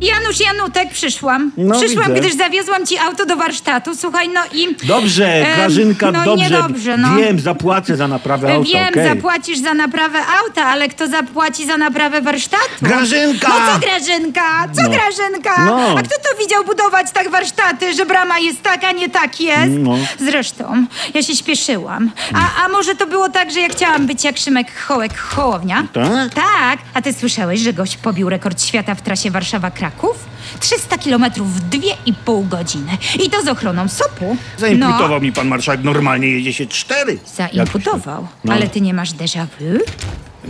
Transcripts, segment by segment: Janusz Janutek, przyszłam. No, przyszłam, widzę. gdyż zawiozłam ci auto do warsztatu. Słuchaj, no i. Dobrze, Em, Grażynka, no, dobrze. niedobrze, no. Wiem, zapłacę za naprawę auta, E, Wiem, okej. zapłacisz za naprawę auta, ale kto zapłaci za naprawę warsztatu? Grażynka! No co Grażynka? Co No. Grażynka? No. A kto to widział budować tak warsztaty, że brama jest taka, nie tak jest? No. Zresztą, ja się śpieszyłam. A, a może to było tak, że ja chciałam być jak Szymek Hołek Hołownia? Tak? Tak. A ty słyszałeś, że gość pobił rekord świata w trasie Warszawa-Kraków? 300 kilometrów w 2,5 godziny. I to z ochroną sopu. Zaimputował No. mi pan marszałek, normalnie jedzie się cztery. Zaimputował. No. Ale ty nie masz déjà vu?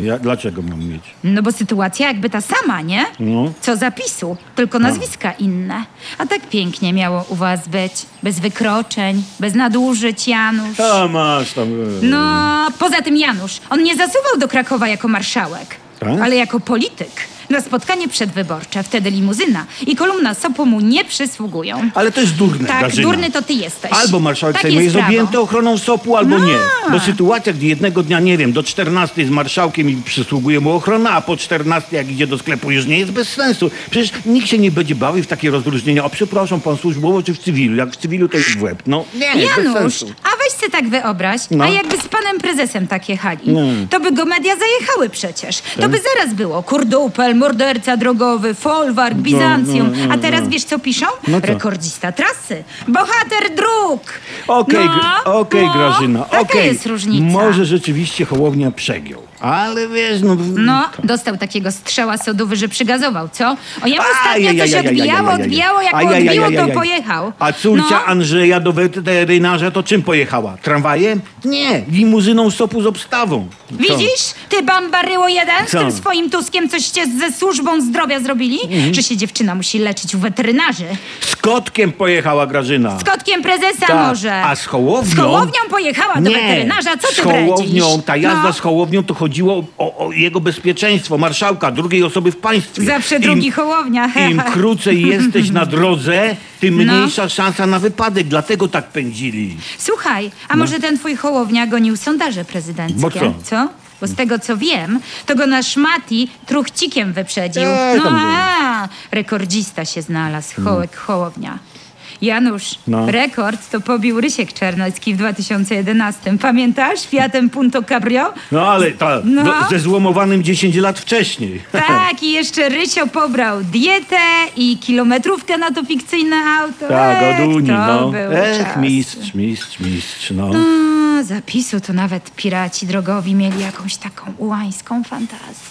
Ja, dlaczego mam mieć? No bo sytuacja jakby ta sama, nie? No. Tak. Co zapisu, tylko nazwiska inne. A tak pięknie miało u was być. Bez wykroczeń, bez nadużyć, Janusz. A masz tam... e, No, poza tym Janusz, on nie zasuwał do Krakowa jako marszałek, Tak? ale jako polityk. Na spotkanie przedwyborcze, wtedy limuzyna i kolumna Sopu mu nie przysługują. Ale to jest durne, Tak, Grażyna. durny to ty jesteś. Albo marszałek tak Sejmu jest prawo. objęty ochroną SOP-u, albo No. nie. Bo sytuacja, gdy jednego dnia, nie wiem, do 14 z marszałkiem i przysługuje mu ochrona, a po 14 jak idzie do sklepu już nie jest bez sensu. Przecież nikt się nie będzie bawił w takie rozróżnienia. O, przepraszam, pan służbowo czy w cywilu? Jak w cywilu to jest w łeb. No, nie, bez Janusz, sensu. a weź se tak wyobraź, No. a jakby z panem prezesem tak jechali, to by go media zajechały przecież. Tak. To by zaraz było kurdupel, morderca drogowy, folwark, Bizancjum. no, no, a teraz no. wiesz co piszą? No co? Rekordzista trasy, bohater dróg. Okej, gr- okej, no, Grażyna, Taka okej. jest różnica. Może rzeczywiście Hołownia przegiął. Ale wiesz, no... No, dostał takiego strzała sodowy, że przygazował, co? O, jemu ostatnio coś Ajajajajajajaj. odbijało, odbijało, jak mu odbiło, Ajajajajajaj. to pojechał. A córcia No. Andrzeja do weterynarza to czym pojechała? Tramwajem? Nie, limuzyną stopu z obstawą. Co? Widzisz? Ty bambaryło jeden z Co? tym swoim Tuskiem coście ze służbą zdrowia zrobili? Mhm. Że się dziewczyna musi leczyć u weterynarzy. Z kotkiem pojechała Grażyna. Z kotkiem prezesa Tak, może. a z Hołownią? Z Hołownią pojechała do weterynarza. Co ty z Hołownią, bredzisz? ta jazda No. z Hołownią to chodziło o, o jego bezpieczeństwo, marszałka, drugiej osoby w państwie. Zawsze drugi Im- Hołownia. he, Im he. krócej jesteś na drodze, tym No. mniejsza szansa na wypadek. Dlatego tak pędzili. Słuchaj, a może ten twój Hołownia gonił sondaże prezydenckie? No. Bo co? No. Bo z tego co wiem, to go nasz Mati truchcikiem wyprzedził. Ej, no tam było. a, rekordzista się znalazł, Hołek Hołownia. Janusz, No. rekord to pobił Rysiek Czarnocki w 2011. Pamiętasz? Fiatem Punto Cabrio? No ale ta, No. do, ze złomowanym 10 lat wcześniej. Tak, i jeszcze Rysio pobrał dietę i kilometrówkę na to fikcyjne auto. Tak, Ech, od Unii, to no. był Ech, czas. mistrz, mistrz, mistrz, no. A, zapisu to nawet piraci drogowi mieli jakąś taką ułańską fantazję.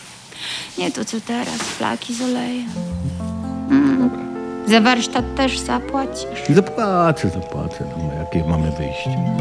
Nie to co teraz, flaki z olejem. Mm. Za warsztat też zapłacisz. Zapłacę, zapłacę, no, jakie mamy wyjście.